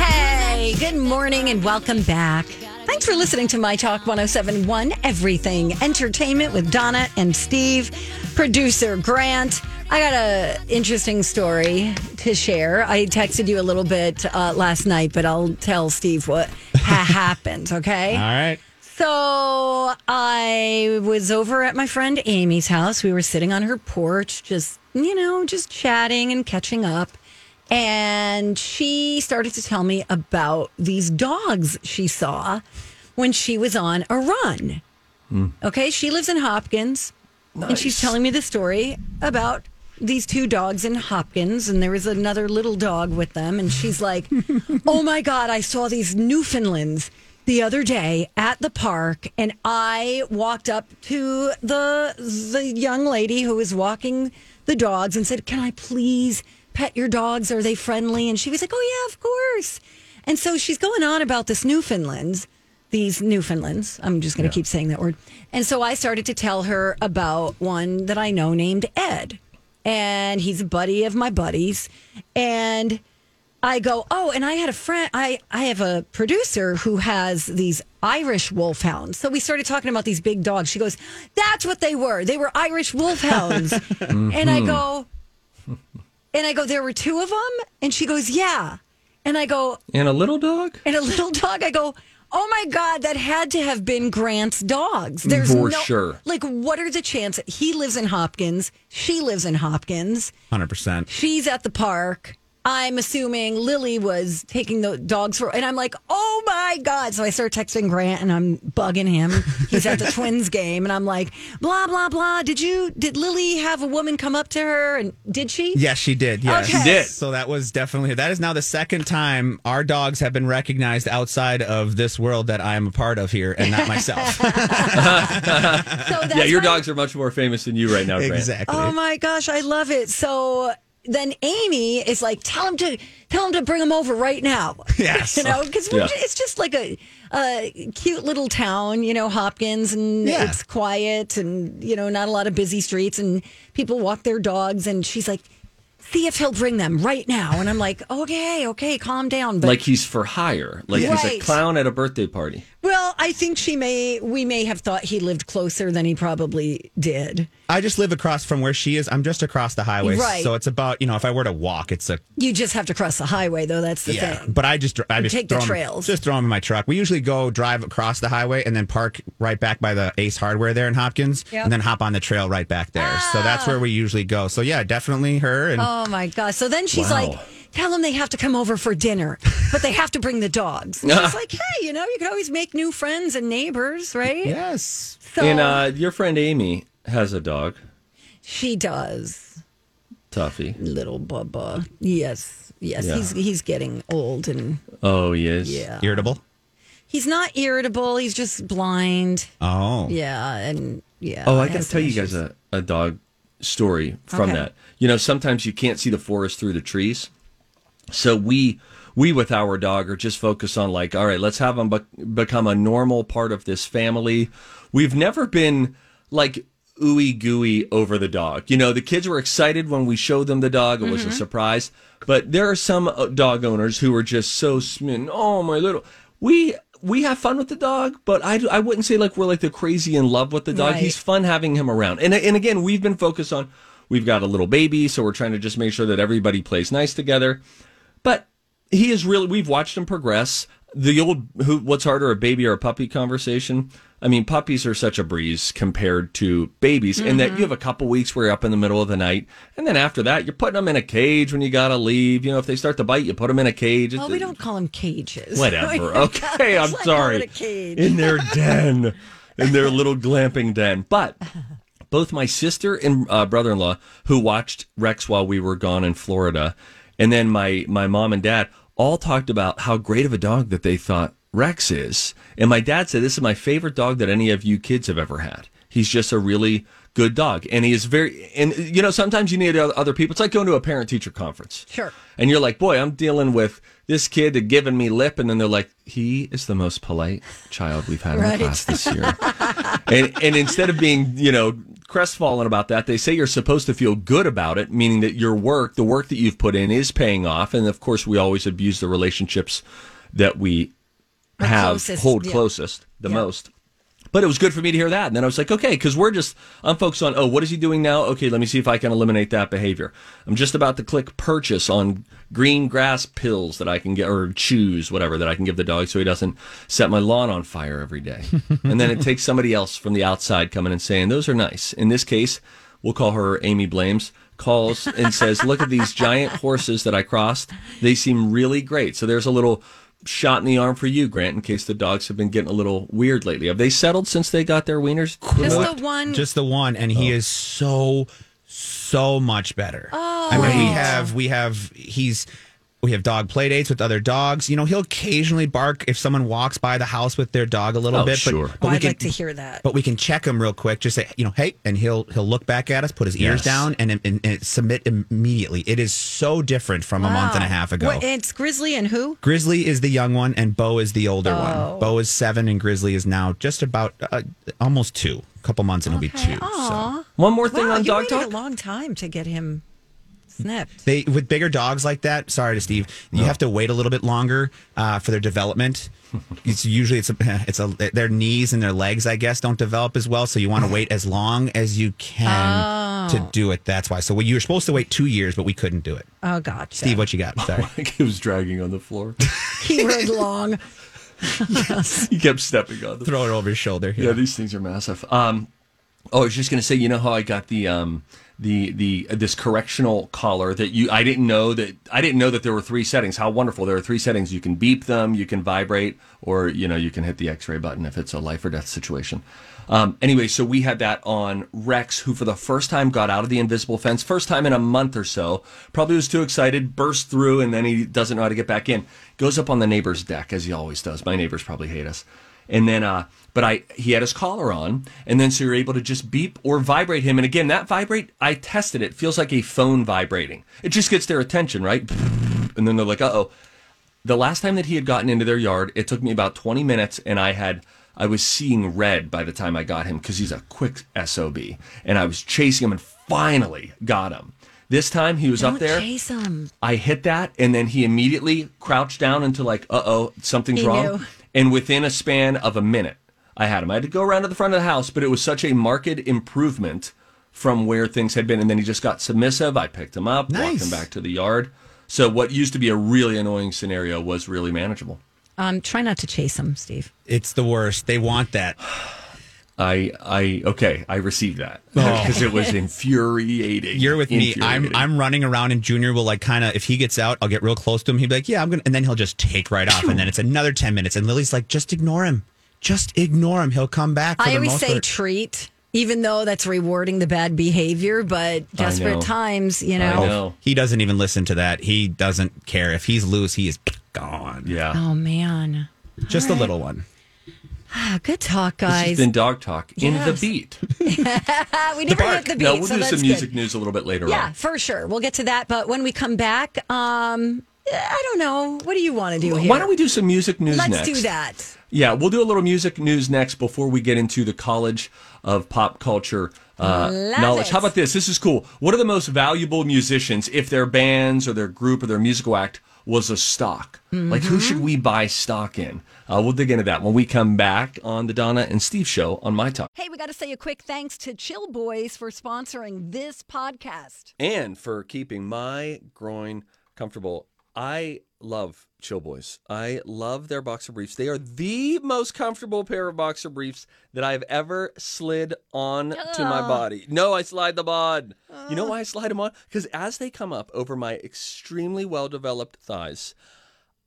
Hey, good morning and welcome back. Thanks for listening to My Talk 1071 Everything Entertainment with Donna and Steve, producer Grant. I got a interesting story to share. I texted you a little bit uh, last night, but I'll tell Steve what ha- happened, okay? All right. So I was over at my friend Amy's house. We were sitting on her porch, just, you know, just chatting and catching up. And she started to tell me about these dogs she saw when she was on a run. Okay. She lives in Hopkins. And she's telling me the story about these two dogs in Hopkins, and there was another little dog with them. And she's like, Oh my God, I saw these Newfoundlands the other day at the park. And I walked up to the, the young lady who was walking the dogs and said, Can I please pet your dogs? Are they friendly? And she was like, Oh, yeah, of course. And so she's going on about this Newfoundlands these Newfoundlands. I'm just going to keep saying that word. And so I started to tell her about one that I know named Ed. And he's a buddy of my buddies. And I go, oh, and I had a friend. I, I have a producer who has these Irish wolfhounds. So we started talking about these big dogs. She goes, that's what they were. They were Irish wolfhounds. And I go, and I go, there were two of them? And she goes, yeah. And I go, And a little dog? and a little dog. I go, oh my god, that had to have been Grant's dogs. There's For no, sure. Like, what are the chances? He lives in Hopkins. She lives in Hopkins. 100%. She's at the park. I'm assuming Lily was taking the dogs for, and I'm like, oh my God. So I start texting Grant and I'm bugging him. He's at the Twins game, and I'm like, blah, blah, blah. Did you, did Lily have a woman come up to her? And did she? Yes, she did. Yes. Okay. She did. So that was definitely that is now the second time our dogs have been recognized outside of this world that I am a part of here and not myself. So that's yeah, your why- dogs are much more famous than you right now, Grant. exactly. Oh my gosh, I love it. So then Amy is like, tell him to tell him to bring him over right now. Yes. you know, because Yeah. it's just like a, a cute little town, you know, Hopkins, and Yeah. it's quiet, and you know, not a lot of busy streets, and people walk their dogs, and she's like. See if he'll bring them right now, and I'm like, okay, okay, calm down. But Like he's for hire. Like he's a Right. clown at a birthday party. well, I think she may, we may have thought he lived closer than he probably did. I just live across from where she is. I'm just across the highway. Right. So it's about, you know, if I were to walk, it's a You just have to cross the highway, though. That's the yeah. thing. But I just I just take the throw 'em- trails. just throw them in my truck. We usually go drive across the highway and then park right back by the Ace Hardware there in Hopkins, Yep. Ah. and then hop on the trail right back there. So that's where we usually go. So yeah, definitely her and Oh my gosh. So then she's Wow. like, tell them they have to come over for dinner, but they have to bring the dogs. And she's like, hey, you know, you could always make new friends and neighbors, right? yes. So And uh, your friend Amy has a dog, she does. Tuffy. Little Bubba. Yes. Yes. Yeah. He's he's getting old and Oh, he is. yeah. Irritable. He's not irritable, he's just blind. Oh. Yeah, and yeah. Oh, I has got to some tell you issues. guys a, a dog story from Okay. that. You know, sometimes you can't see the forest through the trees. So we we with our dog are just focused on like, all right, let's have them be- become a normal part of this family. We've never been like ooey gooey over the dog. You know, the kids were excited when we showed them the dog. It was a surprise. But there are some uh, dog owners who are just so smitten. Oh my little, we. We have fun with the dog, but I, I wouldn't say like we're like the crazy in love with the dog. Right. He's fun having him around. And and again, we've been focused on we've got a little baby, so we're trying to just make sure that everybody plays nice together. But he is really we've watched him progress. The old who what's harder a baby or a puppy conversation. I mean, puppies are such a breeze compared to babies in that Mm-hmm. you have a couple weeks where you're up in the middle of the night, and then after that you're putting them in a cage when you gotta leave. You know, if they start to bite, you put them in a cage. Well, Oh, we don't call them cages. Whatever. Okay, I'm like sorry. having a cage. In their den, in their little glamping den. But both my sister and uh, brother-in-law, who watched Rex while we were gone in Florida, and then my my mom and dad all talked about how great of a dog that they thought Rex is. And my dad said, This is my favorite dog that any of you kids have ever had. He's just a really good dog. And he is very, and you know, sometimes you need other people. It's like going to a parent teacher conference. Sure. And you're like, Boy, I'm dealing with this kid that giving me lip. And then they're like, He is the most polite child we've had in Right. the class this year. and, and instead of being, you know, crestfallen about that, they say you're supposed to feel good about it, meaning that your work, the work that you've put in, is paying off. And of course, we always abuse the relationships that we have closest, hold yeah. closest the Yeah. most. But it was good for me to hear that. And then I was like, okay, because we're just, I'm focused on, oh, what is he doing now? Okay, let me see if I can eliminate that behavior. I'm just about to click purchase on green grass pills that I can get, or choose whatever that I can give the dog so he doesn't set my lawn on fire every day. and then it takes somebody else from the outside coming and saying, those are nice. In this case, we'll call her Amy Blames, calls and says, Look at these giant horses that I crossed. They seem really great. So there's a little shot in the arm for you, Grant, in case the dogs have been getting a little weird lately. Have they settled since they got their wieners? Just removed? the one. just the one and he Oh. is so so much better oh. i mean we have we have he's we have dog play dates with other dogs you know he'll occasionally bark if someone walks by the house with their dog a little Oh, bit sure. but, oh, but we I'd can like to hear that. but we can check him real quick just say you know hey and he'll he'll look back at us put his ears Yes. down and, and, and submit immediately it is so different from a month and a half ago What, it's Grizzly and who? Grizzly is the young one, and Bo is the older one. Bo is seven, and Grizzly is now just about uh, almost two, a couple months, and he'll be two. So. One more thing Wow, on you dog waited talk. a long time to get him snipped. They with bigger dogs like that. Sorry to Steve, you have to wait a little bit longer uh, for their development. It's usually it's a, it's a their knees and their legs, I guess, don't develop as well. So you want to wait as long as you can to do it. That's why. So we, you were supposed to wait two years, but we couldn't do it. Oh, gotcha. Steve, what you got? Sorry. Like it was dragging on the floor. He rode long. he kept stepping on the Throw it over his shoulder. Here. Yeah, these things are massive. Um, oh, I was just gonna say, you know how I got the um, the the uh, this correctional collar that you I didn't know that I didn't know that there were three settings. How wonderful! There are three settings. You can beep them, you can vibrate, or you know you can hit the X-ray button if it's a life or death situation. Um, anyway, so we had that on Rex, who for the first time got out of the invisible fence, first time in a month or so. Probably was too excited, burst through, and then he doesn't know how to get back in. Goes up on the neighbor's deck as he always does. My neighbors probably hate us. And then, uh, but I, he had his collar on, and then so you're able to just beep or vibrate him. And again, that vibrate, I tested it. Feels like a phone vibrating. It just gets their attention, right? And then they're like, uh oh. The last time that he had gotten into their yard, it took me about 20 minutes, and I had, I was seeing red by the time I got him because he's a quick sob, and I was chasing him, and finally got him. This time he was up Don't there. chase him. I hit that, and then he immediately crouched down into like, uh oh, something's He wrong. knew. And within a span of a minute, I had him. I had to go around to the front of the house, but it was such a marked improvement from where things had been. And then he just got submissive. I picked him up, walked Nice. him back to the yard. So what used to be a really annoying scenario was really manageable. Um, try not to chase him, Steve. It's the worst. They want that. I I okay, I received that because it was infuriating. Oh. You're with me. I'm Infuriating. I'm running around, and Junior will like kind of if he gets out, I'll get real close to him. He'd be like, "Yeah, I'm gonna," and then he'll just take right off, and then it's another ten minutes. And Lily's like, "Just ignore him. Just ignore him. He'll come back." For I the always most say part." treat, even though that's rewarding the bad behavior, but desperate know. times, you I know. know. he doesn't even listen to that. He doesn't care if he's loose. He is gone. Yeah. Oh, man. just a little one. Ah, good talk, This has guys. been dog talk in the Yes. beat. Ah, we never hit the beat, no, we'll so do that's some music good. news a little bit later Yeah, on. for sure. We'll get to that. But when we come back, um, I don't know. What do you want to do here? Why don't we do some music news Let's next? do that. Yeah, we'll do a little music news next before we get into the College of Pop Culture uh, Love knowledge. it. How about this? This is cool. What are the most valuable musicians if their bands or their group or their musical act was a stock? Like, who Mm-hmm. should we buy stock in? Uh, we'll dig into that when we come back on the Donna and Steve show on My Talk. Hey, we got to say a quick thanks to Chill Boys for sponsoring this podcast. and for keeping my groin comfortable. I love Chill Boys. I love their boxer briefs. They are the most comfortable pair of boxer briefs that I've ever slid on to my body. No, I slide them on. You know why I slide them on? Because as they come up over my extremely well developed thighs,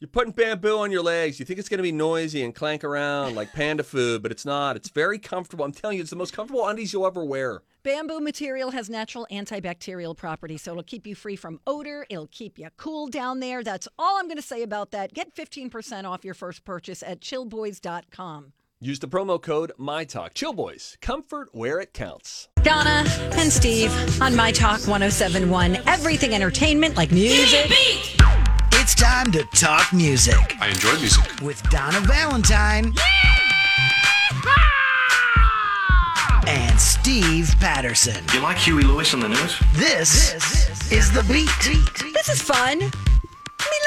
You're putting bamboo on your legs. You think it's going to be noisy and clank around like panda food, but it's not. It's very comfortable. I'm telling you, it's the most comfortable undies you'll ever wear. Bamboo material has natural antibacterial properties, so it'll keep you free from odor. It'll keep you cool down there. That's all I'm going to say about that. Get 15% off your first purchase at chillboys.com. Use the promo code MyTalk. Chill Boys, comfort where it counts. Donna and Steve on My Talk 1071. Everything entertainment like music. It's time to talk music I enjoy music. with Donna Valentine and Steve Patterson. You like Huey Lewis on the news? This, is the beat. This is fun. Me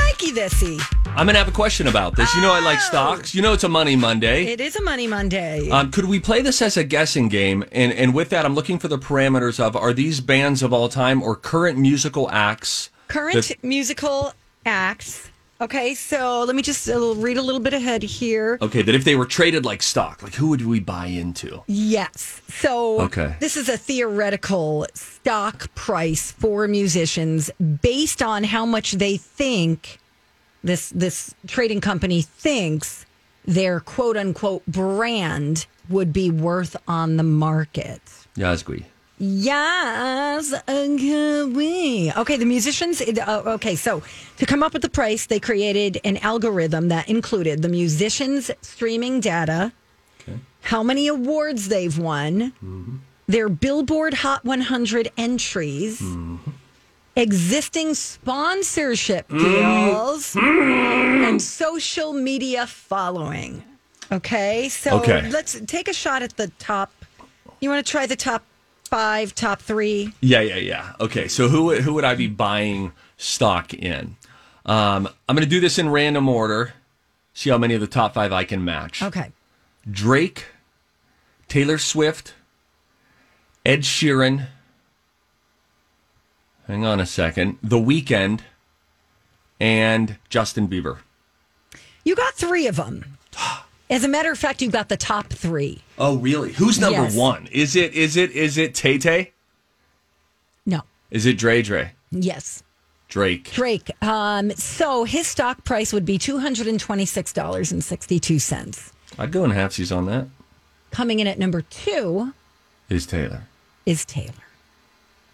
likey thisy. I'm going to have a question about this. You know, I like stocks. You know, it's a Money Monday. It is a Money Monday. Um, could we play this as a guessing game? And, and with that, I'm looking for the parameters of are these bands of all time or current musical acts? Current musical acts. Okay, so let me just uh, read a little bit ahead here. Okay, that if they were traded like stock, like who would we buy into? Yes. So Okay. this is a theoretical stock price for musicians based on how much they think this this trading company thinks their quote unquote brand would be worth on the market. Yazgui. Yes, okay. we- Okay, the musicians. Uh, okay, so to come up with the price, they created an algorithm that included the musicians' streaming data, how many awards they've won, their Billboard Hot 100 entries, existing sponsorship deals, and social media following. Okay, so Okay. let's take a shot at the top. You want to try the top five, top three? Yeah, yeah, yeah. Okay, so who would- who would I be buying stock in? Um, I'm going to do this in random order. See how many of the top five I can match. Okay. Drake, Taylor Swift, Ed Sheeran. Hang on a second. The Weekend, and Justin Bieber. You got three of them. As a matter of fact, you got the top three. Oh, really? Who's number Yes. one? Is it is it is it Tay Tay? No. Is it Dre Dre? Yes. Drake. Drake. Um, so his stock price would be $226.62. I'd go in halfsies on that. Coming in at number two Is Taylor? is Taylor.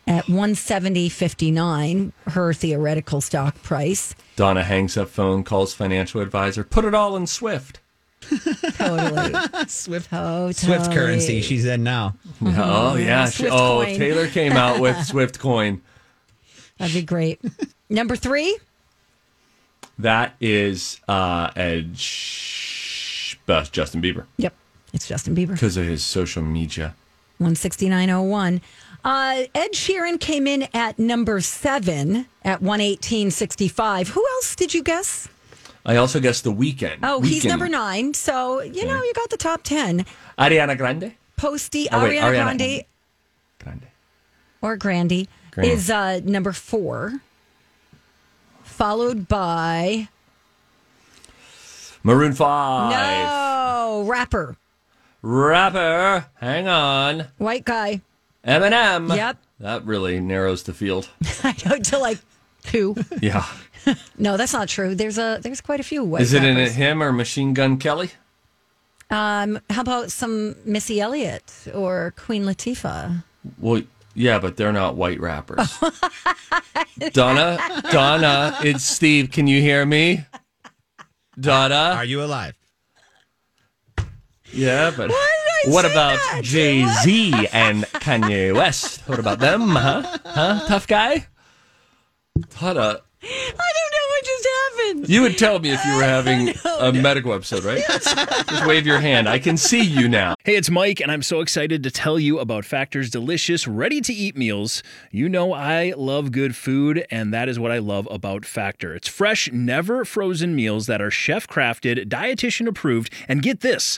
At 170.59, her theoretical stock price. Donna hangs up phone, calls financial advisor, put it all in Swift. Totally. Swift, totally. Swift currency. She's in now. Oh yeah. Mm-hmm. She- Swift oh, coin. Taylor came out with Swift coin. That'd be great. Number three, That is uh Edge but Justin Bieber Yep. It's Justin Bieber. because of his social media. 169.01. Uh, Ed Sheeran came in at number seven at 118.65. Who else did you guess? I also guess the weekend. Oh, he's Weeknd. number nine. So, you know, you got the top 10. Ariana Grande. Posty, Oh, wait, Ariana, Ariana. Grande, Grande. or Grandy, Grande. is uh, number four, followed by, Maroon Five. no, rapper, Rapper. Hang on. white guy. Eminem. Yep. That really narrows the field. I go to like two. Yeah. No, that's not true. There's a there's quite a few white is it in rappers. it him or Machine Gun Kelly? Um, how about some Missy Elliott or Queen Latifah? Well, yeah, but they're not white rappers. Donna, Donna, it's Steve. Can you hear me? Are Donna. you alive? Yeah, but did I what say about that? Jay Z and Kanye West? What about them? Huh? Huh? Tough guy. Donna, I don't know what just happened. you would tell me if you were having a medical episode, right? Just wave your hand. I can see you now. Hey, it's Mike, and I'm so excited to tell you about Factor's delicious, ready to eat meals. You know, I love good food, and that is what I love about Factor. It's fresh, never frozen meals that are chef crafted, dietitian approved, and get this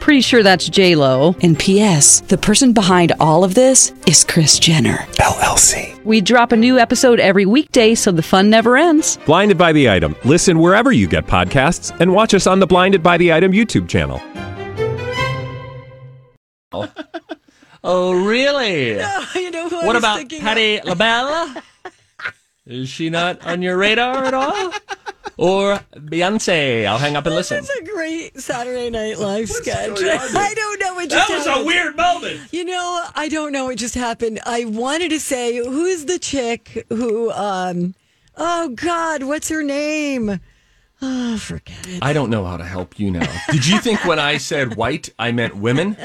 Pretty sure that's J Lo. And P.S. The person behind all of this is Chris Jenner LLC. We drop a new episode every weekday, so the fun never ends. Blinded by the item. Listen wherever you get podcasts, and watch us on the Blinded by the Item YouTube channel. Oh, really? you know who I what was about thinking Patty LaBelle? Is she not on your radar at all? Or Beyonce? I'll hang up and listen. That's a great Saturday Night Live sketch. I don't know. It just happened. weird moment. You know, I don't know. It just happened. I wanted to say, who's the chick who? um Oh God, what's her name? Oh, forget it. I don't know how to help you now. Did you think when I said white, I meant women?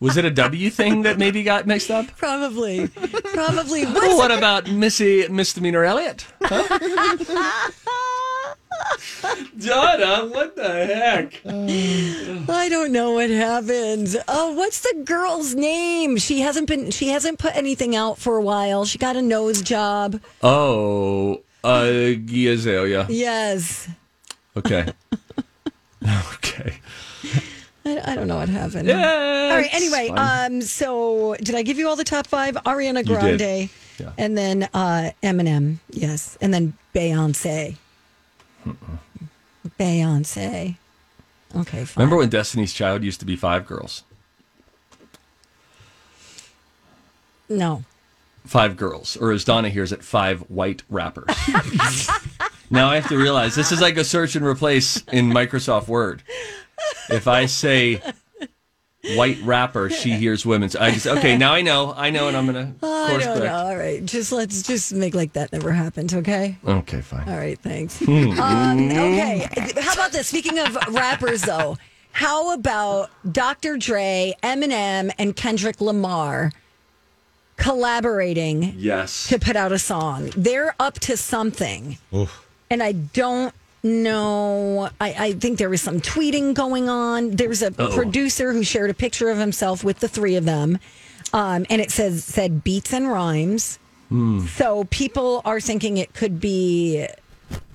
Was it a W thing that maybe got mixed up? Probably, probably. Well, What's what about Missy Misdemeanor Elliott? Huh? Donna, what the heck? I don't know what happened. Oh, what's the girl's name? She hasn't been. She hasn't put anything out for a while. She got a nose job. Oh, uh, Azalea. Yes. Okay. okay. I, I don't know what happened. Yeah, all right. it's Anyway, fine. um, so did I give you all the top five? Ariana You did. Grande, Yeah. and then uh, Eminem, yes, and then Beyonce. Beyonce. Okay, fine. Remember when Destiny's Child used to be five girls? no. Five girls, or as Donna hears it, five white rappers. now I have to realize this is like a search and replace in Microsoft Word. If I say white rapper, she hears women's. I just okay. Now I know. I know, and I'm gonna I course don't correct. know. All right, just let's just make like that never happened. Okay. Okay, fine. All right, thanks. Hmm. um, okay, how about this? Speaking of rappers, though, how about Dr. Dre, Eminem, and Kendrick Lamar collaborating Yes. to put out a song? They're up to something, and I don't know. I, I think there was some tweeting going on. There was a producer who shared a picture of himself with the three of them, um, and it says said beats and rhymes. Hmm. So people are thinking it could be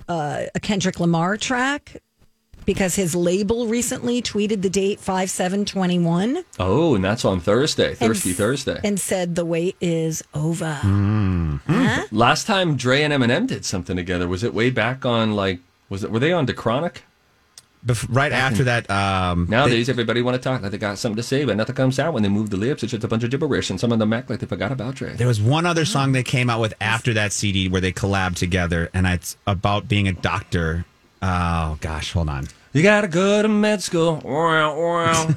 uh, a Kendrick Lamar track because his label recently tweeted the date 5721 Oh, and that's on Thursday, Thirsty Thursday. Hmm. and said the wait is over. Last time Dre and Eminem did something together was it way back on like was it were they on Dechronic? Bef- right after that, um, Nowadays, everybody want to talk like they got something to say, but nothing comes out when they move the lips. It's just a bunch of gibberish, and some of them act like they forgot about Dre. There was one other song they came out with after that CD where they collabed together, and it's about being a doctor. Oh gosh, hold on. You gotta go to med school. Wow, wow.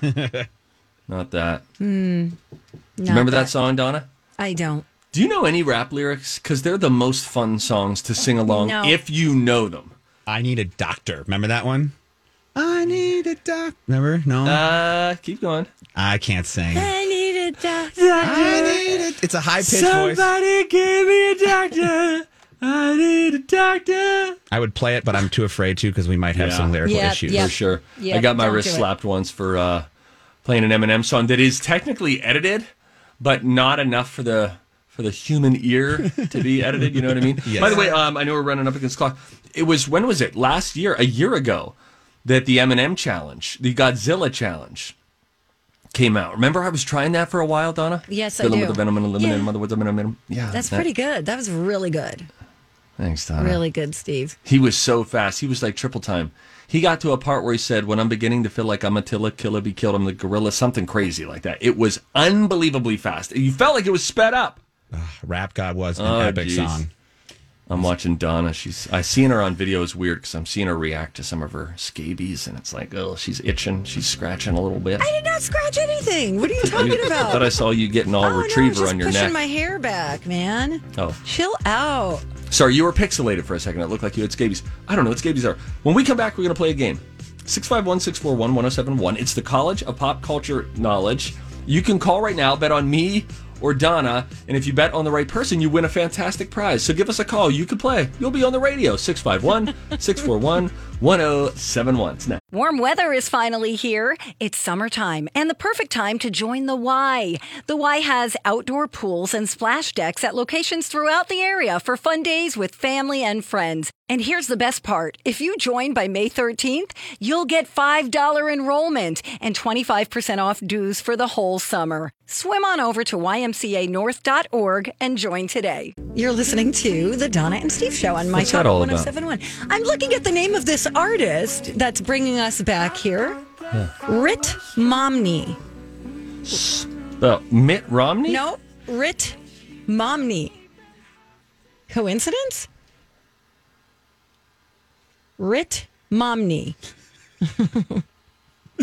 Not that. Remember that song, Donna? I don't. Do you know any rap lyrics? Because they're the most fun songs to sing along No. if you know them. I need a doctor. Remember that one? I need a doctor. Remember? No, Uh, keep going. I can't sing. I need a doctor. I need it. It's a high pitched voice. give me a doctor. I need a doctor. I would play it, but I'm too afraid to because we might have Yeah. some lyrical Yep, issues. yep. for sure. Yeah, I got my don't wrist do it. slapped once for uh, playing an Eminem song that is technically edited, but not enough for the for the human ear to be edited. You know what I mean? By the way, um, I know we're running up against the clock. It was when was it? Last year, a year ago, that the Eminem challenge, the Godzilla challenge. Came out. Remember, I was trying that for a while, Donna. Yes, I Fill 'em do. with the venom and eliminate Yeah. them. Otherwise, I'm gonna eliminate 'em. Yeah, That's that- pretty good. That was really good. Thanks, Donna. Really good, Steve. He was so fast. He was like triple time. He got to a part where he said, "When I'm beginning to feel like I'm Attila, Killaby killed him, the gorilla, something crazy like that." It was unbelievably fast. You felt like it was sped up. Rap God was an Oh, epic geez. song. I'm watching Donna. She's I seen her on video is weird because I'm seeing her react to some of her scabies, and it's like, oh, she's itching, she's scratching a little bit. I did not scratch anything. What are you talking about? thought I saw you getting all oh, no, retriever just on your pushing neck. my hair back, man. Oh. Chill out. Sorry, you were pixelated for a second. It looked like you had scabies. I don't know what scabies are. When we come back, we're going to play a game. 651 641 1071. It's the College of Pop Culture Knowledge. You can call right now, bet on me or Donna, and if you bet on the right person, you win a fantastic prize. So give us a call. You can play. You'll be on the radio. 651 641 1071. It's next. Warm weather is finally here. It's summertime and the perfect time to join the Y. The Y has outdoor pools and splash decks at locations throughout the area for fun days with family and friends. And here's the best part if you join by May 13th, you'll get $5 enrollment and 25% off dues for the whole summer. Swim on over to ymcanorth.org and join today. You're listening to the Donna and Steve show on My What's Talk that all about? 1071. I'm looking at the name of this artist that's bringing us back here. Rit Momney. Uh, Mitt Romney? No, Rit Momney. Coincidence? Rit Momney.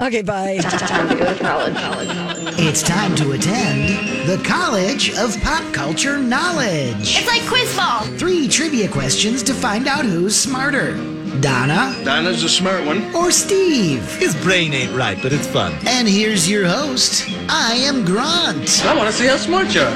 okay, bye. It's time to attend the College of Pop Culture Knowledge. It's like quiz ball. Three trivia questions to find out who's smarter Donna Dinah's a smart one. or Steve. His brain ain't right, but it's fun. And here's your host. I am Grant. I want to see how smart you are.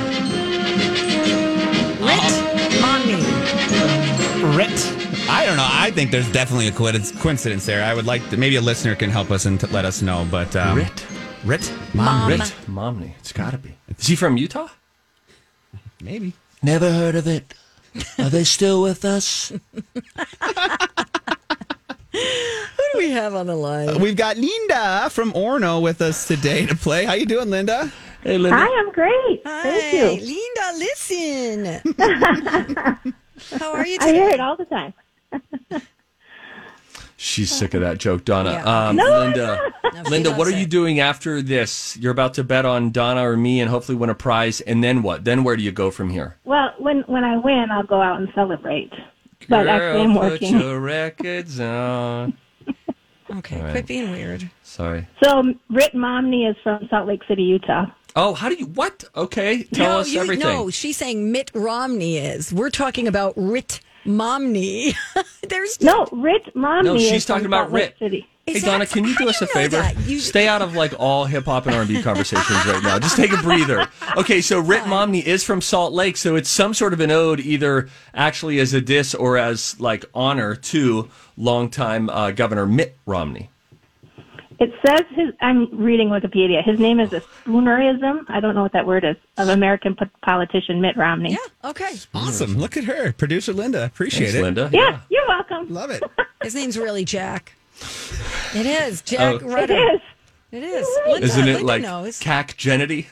Rit Momney. Rit. I don't know. I think there's definitely a coinc- coincidence there. I would like to, maybe a listener can help us and t- let us know. But um, Rit. Rit, mom, Mitt Romney. It's got to be. Is he from Utah? maybe. Never heard of it. Are they still with us? Who do we have on the line? We've got Linda from Orno with us today to play. How you doing, Linda? Hey, Linda. I'm great. Hi, Linda, listen. How are you I today? hear it all the time. She's sick of that joke, Donna. Yeah. Um, Linda, she Linda, what loves are you it. doing after this? You're about to bet on Donna or me, and hopefully win a prize. And then what? Then where do you go from here? Well, when when I win, I'll go out and celebrate. But actually, I'm put working. your records on. Okay, quit being weird. Sorry. So, Britt Momney is from Salt Lake City, Utah. Oh, how do you? What? Okay, tell no, us you, everything. no, she's saying Mitt Romney is. We're talking about Rit Momney. There's No, Rit Momney. No, she's is from talking about Salt Lake Rit. City. Hey Is Donna, that- can you how do us do a you know favor? that? You- Stay out of like all hip hop and R and B conversations right now. Just take a breather. Okay, so Rit Momney is from Salt Lake, so it's some sort of an ode, either actually as a diss or as like honor to longtime uh, Governor Mitt Romney. It says his. I'm reading Wikipedia. His name is a spoonerism. I don't know what that word is of American po- politician Mitt Romney. yeah, okay. Awesome. Look at her, producer Linda. Appreciate Thanks, it. Linda. Yeah, you're welcome. Love it. His name's really Jack. It is Jack Rutter. It is. It is. Linda, Isn't Linda it Oh. like knows. cac genity?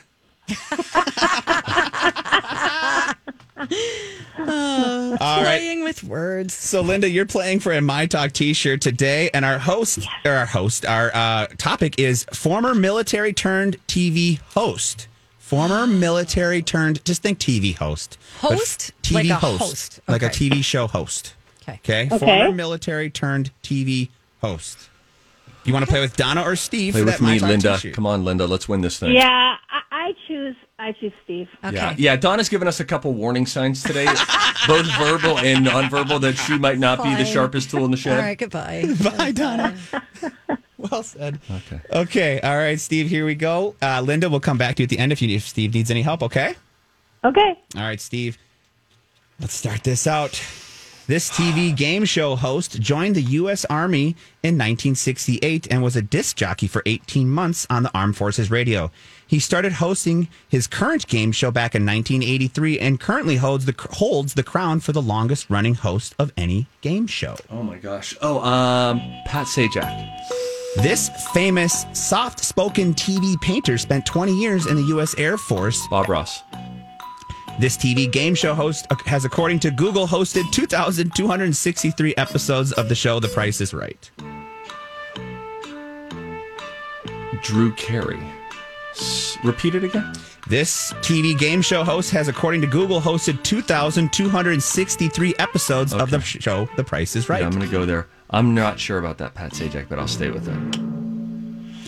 All right. Playing with words. So, Linda, you're playing for a My Talk T-shirt today, and our host, or our host, our uh, topic is former military turned TV host. Former military turned, just think TV host. But f- Host? TV Like a host, host. like a Okay. TV show host. Okay. Okay. Okay. Former military turned TV host. You want to play with Donna or Steve? Play for with that My me, Talk Linda. T-shirt? Come on, Linda. Let's win this thing. Yeah, I, I choose. I choose Steve. Yeah. yeah, Donna's given us a couple warning signs today, both verbal and nonverbal, that she might not be the Fine. sharpest tool in the All shed. right, goodbye. Bye, Donna. well said. Okay. Okay. All right, Steve. Here we go. Uh, Linda, we'll come back to you at the end if you if Steve needs any help. Okay. Okay. All right, Steve. Let's start this out. This TV game show host joined the U.S. Army in 1968 and was a disc jockey for 18 months on the Armed Forces Radio. He started hosting his current game show back in 1983 and currently holds the holds the crown for the longest running host of any game show. Oh my gosh. Oh, um, Pat Sajak. This famous soft spoken TV painter spent 20 years in the U.S. Air Force Bob Ross. This TV game show host uh, has, according to Google, hosted 2,263 episodes of the show The Price is Right. Drew Carey. S- repeat it again. This TV game show host has, according to Google, hosted 2,263 episodes of the sh- show The Price is Right. Yeah, I'm going to go there. I'm not sure about that Pat Sajak, but I'll stay with it.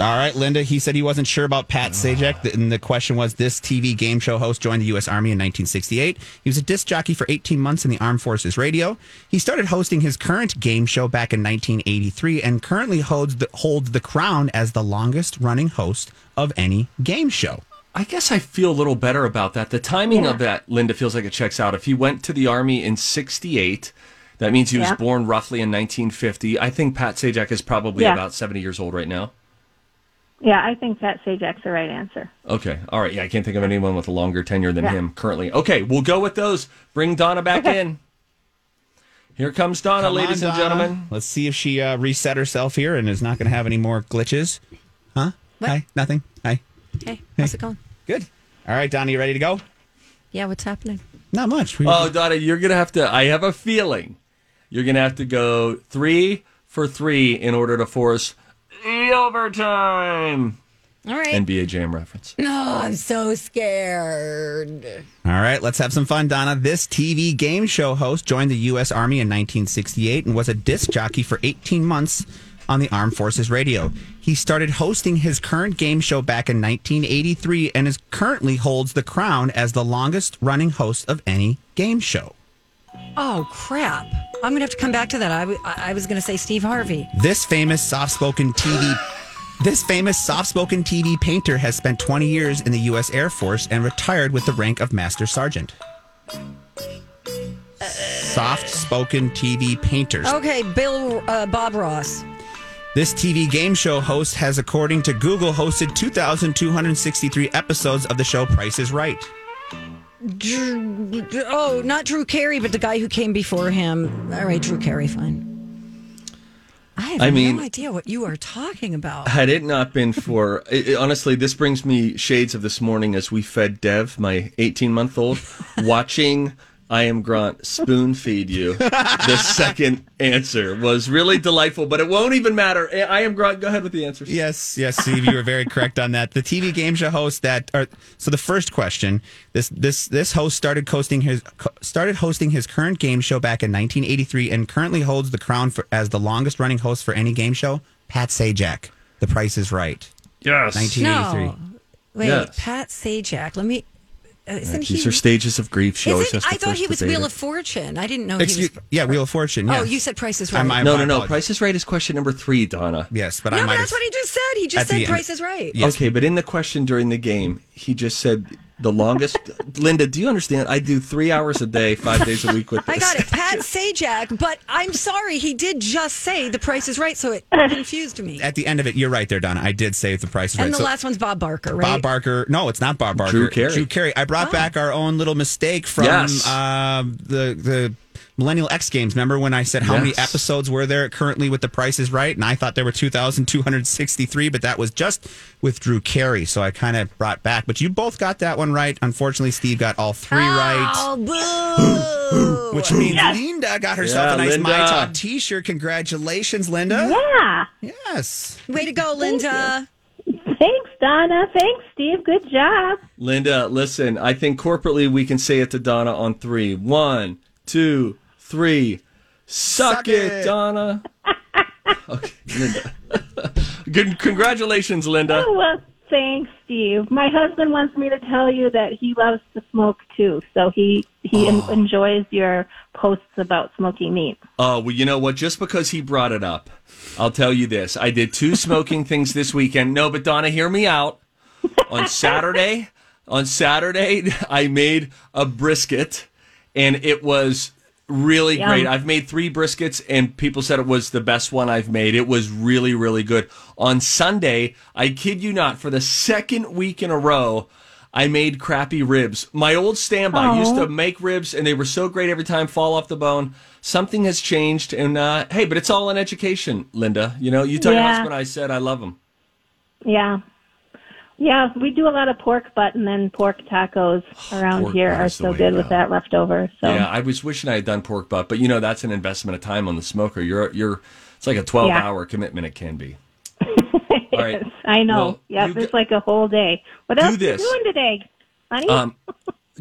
All right, Linda. He said he wasn't sure about Pat Sajak, th- and the question was: This TV game show host joined the U.S. Army in 1968. He was a disc jockey for 18 months in the Armed Forces Radio. He started hosting his current game show back in 1983, and currently holds the, holds the crown as the longest-running host of any game show. I guess I feel a little better about that. The timing of that, Linda, feels like it checks out. If he went to the Army in 68, that means he was Yeah. born roughly in 1950. I think Pat Sajak is probably Yeah. about 70 years old right now. Yeah, I think Pat Sajak's the right answer. Okay. All right. Yeah, I can't think of anyone with a longer tenure than Yeah. him currently. Okay, we'll go with those. Bring Donna back in. Here comes Donna, Come on, ladies and Donna. gentlemen. Let's see if she uh, reset herself here and is not going to have any more glitches. Huh? Hi. Nothing. Hi. Hey, how's it going? Good. All right, Donna, you ready to go? Yeah, what's happening? Not much. We- Oh, Donna, you're gonna have to. I have a feeling you're gonna have to go three for three in order to force the overtime. All right. NBA Jam reference. No, I'm so scared. All right, let's have some fun, Donna. This TV game show host joined the U.S. Army in 1968 and was a disc jockey for 18 months on the Armed Forces Radio. He started hosting his current game show back in 1983 and is currently holds the crown as the longest running host of any game show. Oh crap! I'm gonna have to come back to that. I, w- I I was gonna say Steve Harvey. This famous soft-spoken TV This famous soft-spoken TV painter has spent 20 years in the US Air Force and retired with the rank of master sergeant. Soft-spoken TV painter. Okay, Bill uh, Bob Ross. This TV game show host has according to Google hosted 2263 episodes of the show Price is Right. Drew, oh, not Drew Carey, but the guy who came before him. All right, Drew Carey, fine. I have I mean- no idea what you are talking about. Had it not been for, it, it- honestly, this brings me shades of this morning as we fed Dev, my 18 month old, watching I Am Grant spoon feed you. The second answer was really delightful, but it won't even matter. I I Am Grant, go ahead with the answers. Yes, yes, Steve, you were very correct on that. The TV game show host that, or, so the first question, this this this host started hosting his co- started hosting his current game show back in 1983 and currently holds the crown for, as the longest running host for any game show. Pat Sajak, The Price is Right. Oh, Yes. 1983. Wait, Yes. Pat Sajak. Let me. Uh, isn't These he? are stages of grief. She always isn't- has to I thought first he was debate Wheel it. of Fortune. I didn't know he Excuse, was. yeah, Wheel of Fortune. Oh, Yes. you said Price is I Right. might- no, my no, no. apologies. Price is Right is question number three, Donna. Yes, but I no, but might have that's what he just said. He at just the said end. Price is Right. Yes. Okay, but in the question during the game, he just said the longest. Linda, do you understand? I do three hours a day, five days a week with this. I got it, Pat Sajak. But I'm sorry, he did just say the Price is Right, so it confused me. at the end of it. You're right there, Donna. I did say The Price is Right. And the So- last one's Bob Barker, right? Bob Barker. No, it's not Bob Barker. Drew Carey. Drew Carey. I brought back our own little mistake from Yes. uh, the the Millennial X Games. Remember when I said how many Yes. episodes were there currently with The Price Is Right, and I thought there were two thousand two hundred sixty three, but that was just with Drew Carey. So I kind of brought back. But you both got that one right. Unfortunately, Steve got all three right. Oh, boo! Which means Linda got herself Yeah, a nice Linda. My Talk T-shirt. Congratulations, Linda! Yeah. Yes, Way to go, Linda. Thanks, Donna. Thanks, Steve. Good job. Linda, listen, I think corporately we can say it to Donna on three. One, two, three. Suck, Suck it, it. Donna. okay, Linda. Good, congratulations, Linda. Oh, well, thanks, Steve. My husband wants me to tell you that he loves to smoke too, so he he Oh. en- enjoys your posts about smoking meat. Oh, well, you know what? Just because he brought it up, I'll tell you this. I did two smoking things this weekend. No, but Donna, hear me out. On Saturday, on Saturday, I made a brisket and it was really Yum. great. I've made three briskets and people said it was the best one I've made. It was really, really good. On Sunday, I kid you not, for the second week in a row, I made crappy ribs. My old standby used to make ribs and they were so great every time, fall off the bone. Something has changed and uh, hey, but it's all in education, Linda. You know, you tell your Yeah. husband I said I love him. Yeah. Yeah, we do a lot of pork butt and then pork tacos around Pork here butt are is the so way good to with go. that leftover. So Yeah, I was wishing I had done pork butt, but you know that's an investment of time on the smoker. You're you're it's like a twelve Yeah. hour commitment. It can be. All right. I know. Well, yep, it's like a whole day. What do else this. you doing today, honey? Um,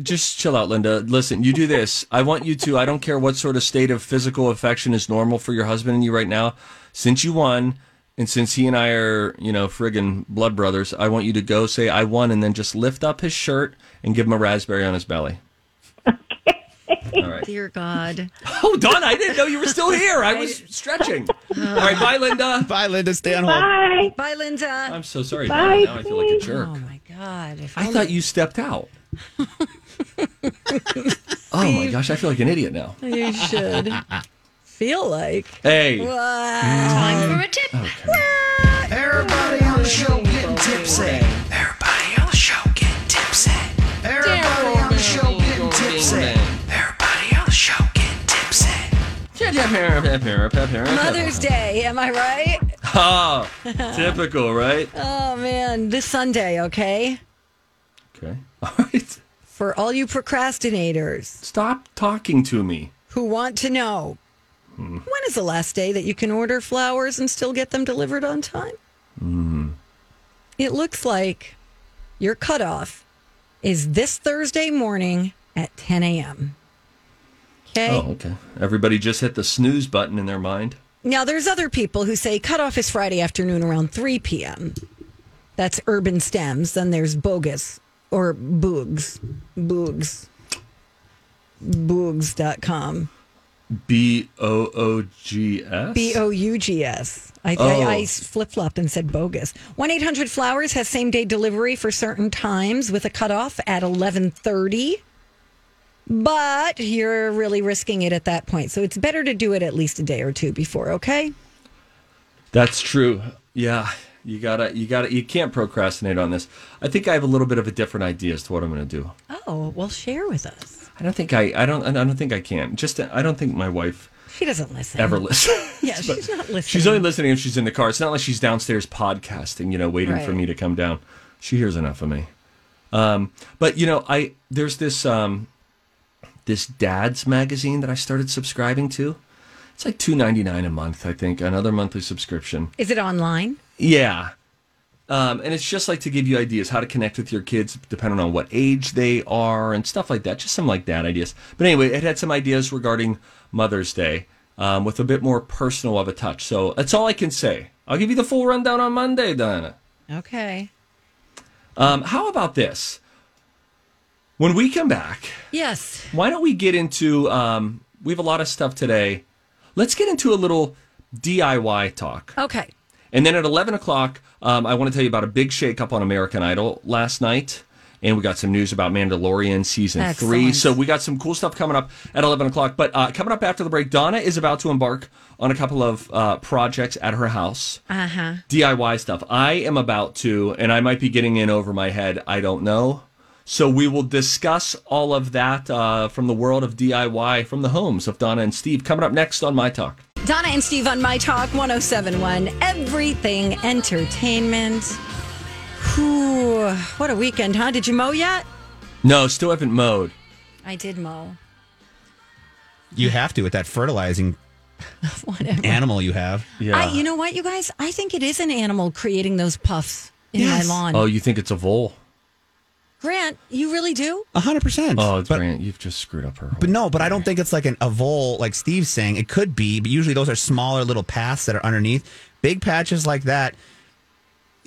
just chill out, Linda. Listen, you do this. I want you to. I don't care what sort of state of physical affection is normal for your husband and you right now. Since you won, and since he and I are, you know, friggin' blood brothers, I want you to go say I won, and then just lift up his shirt and give him a raspberry on his belly. All right. Dear God. Oh, Don, I didn't know you were still here. I was stretching. All right, bye, Linda. Bye, Linda. Stay on Bye. Bye, Linda. I'm so sorry. Bye, Bye, now I feel like a please. jerk. Oh my God. If I thought you stepped out. oh my gosh, I feel like an idiot now. You should feel like. Oh, Hey. What? Time for a tip. Everybody on the show getting tipsy. Everybody on the show getting tipsy. Everybody on the show getting tipsy. Everybody on the show getting tipsy. Mother's Day, am I right? Oh, typical, right? Oh man, this Sunday, okay? Okay. All right. For all you procrastinators Stop talking to me. who want to know when is the last day that you can order flowers and still get them delivered on time? Hmm. Mm. It looks like your cutoff is this Thursday morning at 10 a.m. Okay. Oh, okay. Everybody just hit the snooze button in their mind. Now, there's other people who say cutoff is Friday afternoon around 3 p.m. That's urban stems. Then there's bogus or boogs, boogs, boogs.com. B O O G S. B O U G S. I, Oh. I, I flip flopped and said bogus. One eight hundred flowers has same day delivery for certain times with a cutoff at eleven thirty. But you're really risking it at that point, so it's better to do it at least a day or two before. Okay. That's true. Yeah. You gotta, you gotta, you can't procrastinate on this. I think I have a little bit of a different idea as to what I'm gonna do. Oh well, share with us. I don't think I, I don't, I don't think I can. Just, I don't think my wife She doesn't listen. ever listens. Yeah, she's not listening. She's only listening if she's in the car. It's not like she's downstairs podcasting, you know, waiting for Right. me to come down. She hears enough of me. Um, but you know, I there's this um, this dad's magazine that I started subscribing to. It's like two ninety nine a month, I think, another monthly subscription. Is it online? Yeah. Um, and it's just like to give you ideas how to connect with your kids depending on what age they are and stuff like that. Just some like that ideas. But anyway, it had some ideas regarding Mother's Day um, with a bit more personal of a touch. So that's all I can say. I'll give you the full rundown on Monday, Diana. Okay. Um, how about this? When we come back, Yes. why don't we get into? Um, we have a lot of stuff today. Let's get into a little DIY talk. Okay. And then at 11 o'clock, um, I want to tell you about a big shakeup on American Idol last night. And we got some news about Mandalorian season three. Excellent. So we got some cool stuff coming up at 11 o'clock. But uh, coming up after the break, Donna is about to embark on a couple of uh, projects at her house. Uh huh. DIY stuff. I am about to, and I might be getting in over my head. I don't know. So we will discuss all of that uh, from the world of DIY from the homes of Donna and Steve coming up next on My Talk. Donna and Steve on My Talk 1071, everything entertainment. Whew, what a weekend, huh? Did you mow yet? No, still haven't mowed. I did mow. You have to with that fertilizing animal you have. Yeah. I, you know what, you guys? I think it is an animal creating those puffs in my lawn. Oh, you think it's a vole? Grant, you really do? A hundred percent. Oh, it's Grant. You've just screwed up her. But no, but I don't think it's like an a vole, like Steve's saying. It could be, but usually those are smaller little paths that are underneath. Big patches like that.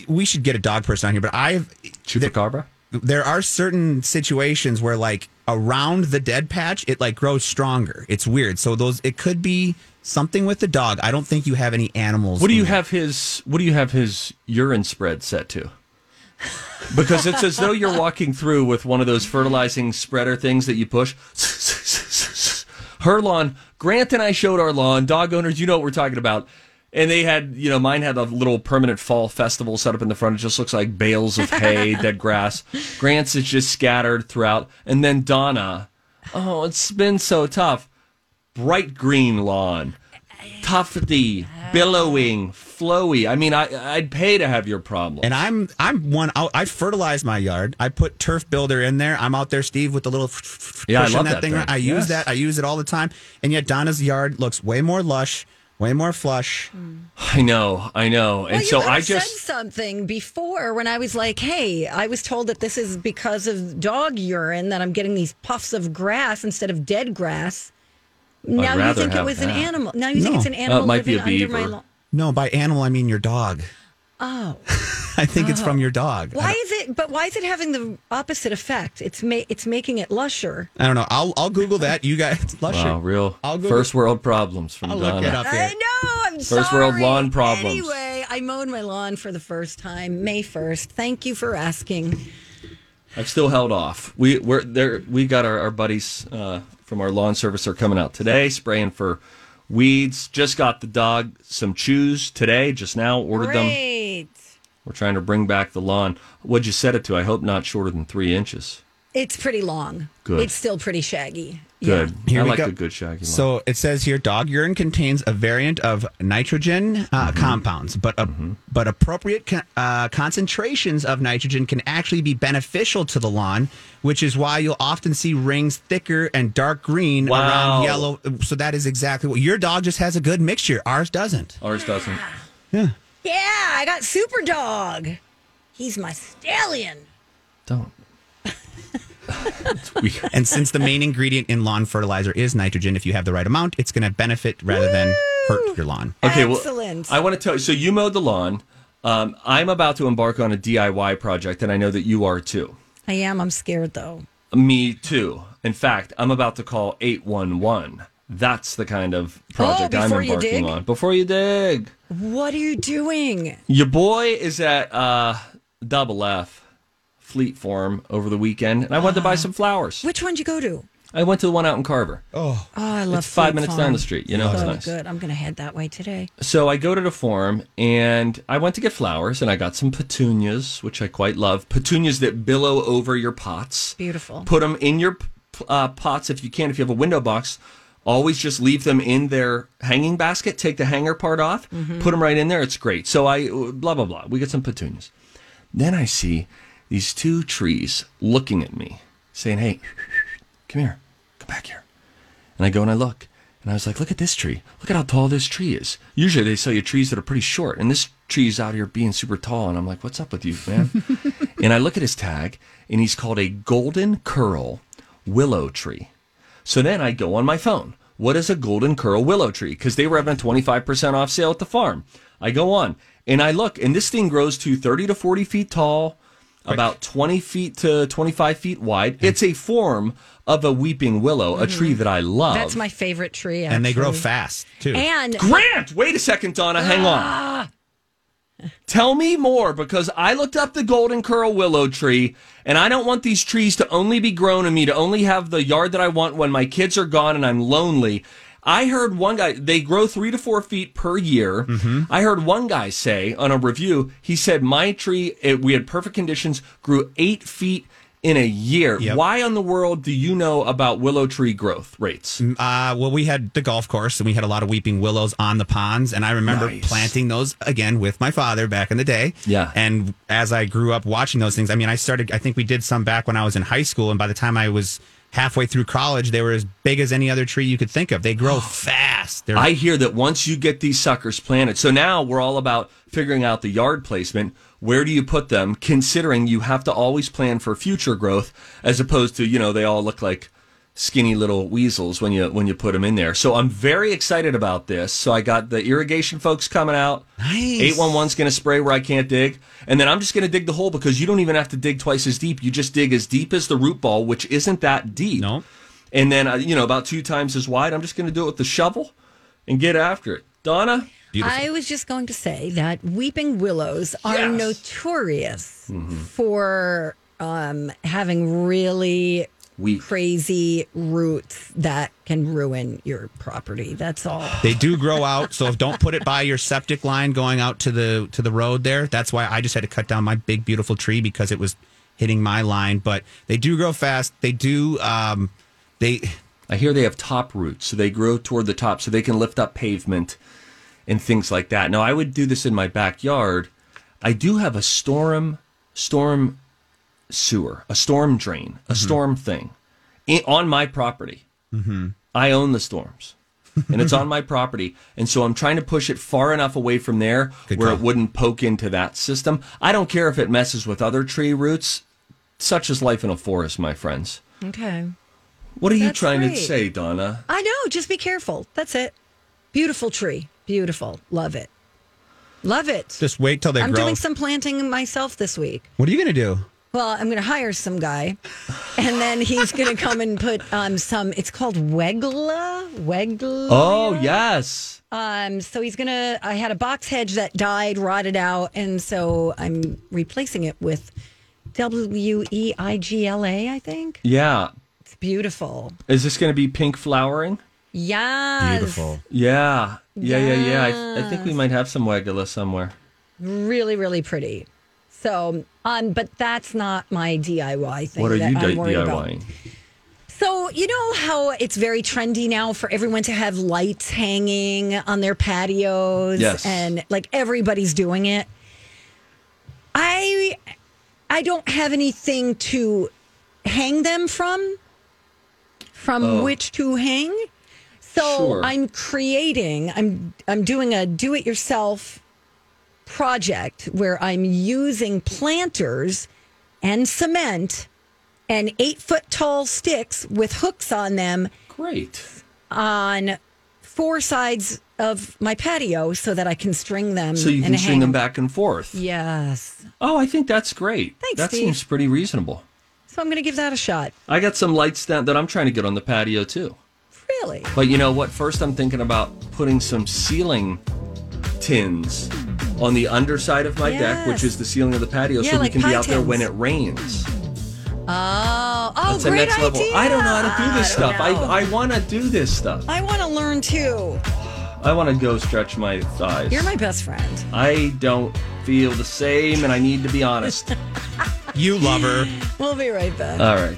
We should get a dog person on here, but I've chupacabra. There, there are certain situations where, like around the dead patch, it like grows stronger. It's weird. So those, it could be something with the dog. I don't think you have any animals. What do in you have his? What do you have his urine spread set to? Because it's as though you're walking through with one of those fertilizing spreader things that you push. Her lawn. Grant and I showed our lawn. Dog owners, you know what we're talking about. And they had, you know, mine had a little permanent fall festival set up in the front. It just looks like bales of hay, dead grass. Grant's is just scattered throughout. And then Donna, oh, it's been so tough. Bright green lawn. tufty, billowing, flowy. I mean, I, I'd pay to have your problem. And I'm I'm one. I I fertilize my yard. I put turf builder in there. I'm out there, Steve, with the little Yeah, I pushing love that thing. around. I Yes. use that. I use it all the time. And yet Donna's yard looks way more lush, way more flush. Mm. I know, I know. And Well, so you I have just said something before when I was like, "Hey, I was told that this is because of dog urine that I'm getting these puffs of grass instead of dead grass." Now you rather think it have was an that. animal. Now you think No. it's an Uh, it animal might be living a under my beaver. lawn. No, by animal I mean your dog. Oh, I think it's Oh. from your dog. why is it? But why is it having the opposite effect? It's ma- it's making it lusher. I don't know. I'll I'll Google that. You guys, lush wow, it. real I'll go- first world problems from I'll Donna. look it up here. know. I'm First world lawn problems. Anyway, I mowed my lawn for the first time May first. Thank you for asking. I've still held off. We we're there. We got our, our buddies uh, from our lawn service are coming out today, spraying for weeds. Just got the dog some chews today. Just now ordered them. Great. We're trying to bring back the lawn. What'd you set it to? I hope not shorter than three inches. It's pretty long. Good. It's still pretty shaggy. Good. Yeah. I we like go. a good shaggy. lawn. So it says here, dog urine contains a variant of nitrogen uh, Mm-hmm. compounds, but a, but appropriate co- uh, concentrations of nitrogen can actually be beneficial to the lawn, which is why you'll often see rings thicker and dark green Wow. around yellow. So that is exactly what your dog just has a good mixture. Ours doesn't. Ours doesn't. Yeah, I got Super Dog. He's my stallion. and since the main ingredient in lawn fertilizer is nitrogen, if you have the right amount, it's going to benefit rather than hurt your lawn. Okay, well, Excellent. I want to tell you. So you mowed the lawn. Um, I'm about to embark on a DIY project, and I know that you are too. I am. I'm scared though. Me too. In fact, I'm about to call 811. That's the kind of project I'm Oh, before you dig? embarking on. Before you dig, What are you doing? your boy is at uh, Double F Fleet Farm over the weekend, and I went to Ah. buy some flowers. Which one'd you go to? I went to the one out in Carver. Oh, Oh, I love It's five Fleet minutes Farm. down the street, you know, it's so nice. good. I'm gonna head that way today. So I go to the farm and I went to get flowers and I got some petunias, which I quite love. Petunias that billow over your pots. Beautiful. Put them in your uh, pots if you can. If you have a window box, always just leave them in their hanging basket. Take the hanger part off, put 'em Mhm. put them right in there. It's great. So I blah blah blah. We get some petunias. Then I see these two trees looking at me, saying, "Hey, come here, come back here." And I go and I look, and I was like, "Look at this tree. Look at how tall this tree is." Usually they sell you trees that are pretty short, and this tree's out here being super tall. And I'm like, "What's up with you, man?" and I look at his tag, and he's called a golden curl willow tree. So then I go on my phone. What is a golden curl willow tree? Because they were having a 25% off sale at the farm. I go on and I look, and this thing grows to 30 to 40 feet tall, about 20 feet to 25 feet wide. It's a form of a weeping willow, a tree that I love. That's my favorite tree. Actually. And they grow fast, too. And Grant, wait a second, Donna, hang on. Tell me more because I looked up the golden curl willow tree and I don't want these trees to only be grown and me to only have the yard that I want when my kids are gone and I'm lonely. I heard one guy, they grow three to four feet per year. I heard one guy say on a review, he said, My tree, it, we had perfect conditions, grew eight feet in a year. Why on the world do you know about willow tree growth rates? Uh, well, we had the golf course and we had a lot of weeping willows on the ponds. And I remember planting those again with my father back in the day. Yeah. And as I grew up watching those things, I mean, I started, I think we did some back when I was in high school. And by the time I was halfway through college, they were as big as any other tree you could think of. They grow fast. They're, I hear that once you get these suckers planted, so now we're all about figuring out the yard placement. Where do you put them? Considering you have to always plan for future growth, as opposed to you know they all look like skinny little weasels when you when you put them in there. So I'm very excited about this. So I got the irrigation folks coming out. Eight one one's going to spray where I can't dig, and then I'm just going to dig the hole because you don't even have to dig twice as deep. You just dig as deep as the root ball, which isn't that deep. No. And then uh, you know about two times as wide. I'm just going to do it with the shovel and get after it. Donna? I was just going to say that weeping willows are notorious Mm-hmm. for um, having really Weak. crazy roots that can ruin your property. That's all. they do grow out. So if don't put it by your septic line going out to the, to the road there. That's why I just had to cut down my big, beautiful tree because it was hitting my line. But they do grow fast. They do, um, they, I hear they have top roots, so they grow toward the top, so they can lift up pavement and things like that. Now, I would do this in my backyard. I do have a storm storm sewer, a storm drain, a storm thing in, on my property. Mm-hmm. I own the storms. and it's on my property. And so I'm trying to push it far enough away from there where it wouldn't poke into that system. I don't care if it messes with other tree roots. Such is life in a forest, my friends. Okay. What are you That's trying right. to say, Donna? I know. Just be careful. That's it. Beautiful tree. Beautiful. Love it. Love it. Just wait till they I'm grow. doing some planting myself this week. what are you going to do? Well, I'm going to hire some guy, and then he's going to come and put um, some. It's called Wegla. Wegla. Oh, yes. Um, so he's gonna. I had a box hedge that died, rotted out, and so I'm replacing it with W E I G L A. I think Yeah. it's beautiful. Is this going to be pink flowering? Yes, Yeah. Yeah, yeah, yeah. I, th- I think we might have some wagula somewhere. really, really pretty. So, um, but that's not my DIY thing. what are that you I'm di- worried about. DIYing? So, you know how it's very trendy now for everyone to have lights hanging on their patios Yes. and like everybody's doing it. I I don't have anything to hang them from from Oh. which to hang. So, Sure. I'm creating I'm I'm doing a do it yourself project where I'm using planters and cement and eight foot tall sticks with hooks on them Great. on four sides of my patio so that I can string them. so you can Mm. and string hang them back and forth. Yes. Oh, I think that's great. Thanks, that Steve. seems pretty reasonable. So I'm going to give that a shot. I got some lights down that I'm trying to get on the patio too. Really? But you know what? First, I'm thinking about putting some ceiling tins on the underside of my deck, which Yes. is the ceiling of the patio, Yeah, so we like can be pie out there when tins. it rains. Oh, oh, That's a great next idea. level. I don't know how to do this stuff. I, I want to do this stuff. I want to learn too. I want to go stretch my thighs. You're my best friend. I don't feel the same, and I need to be honest. you love her. We'll be right back. All right.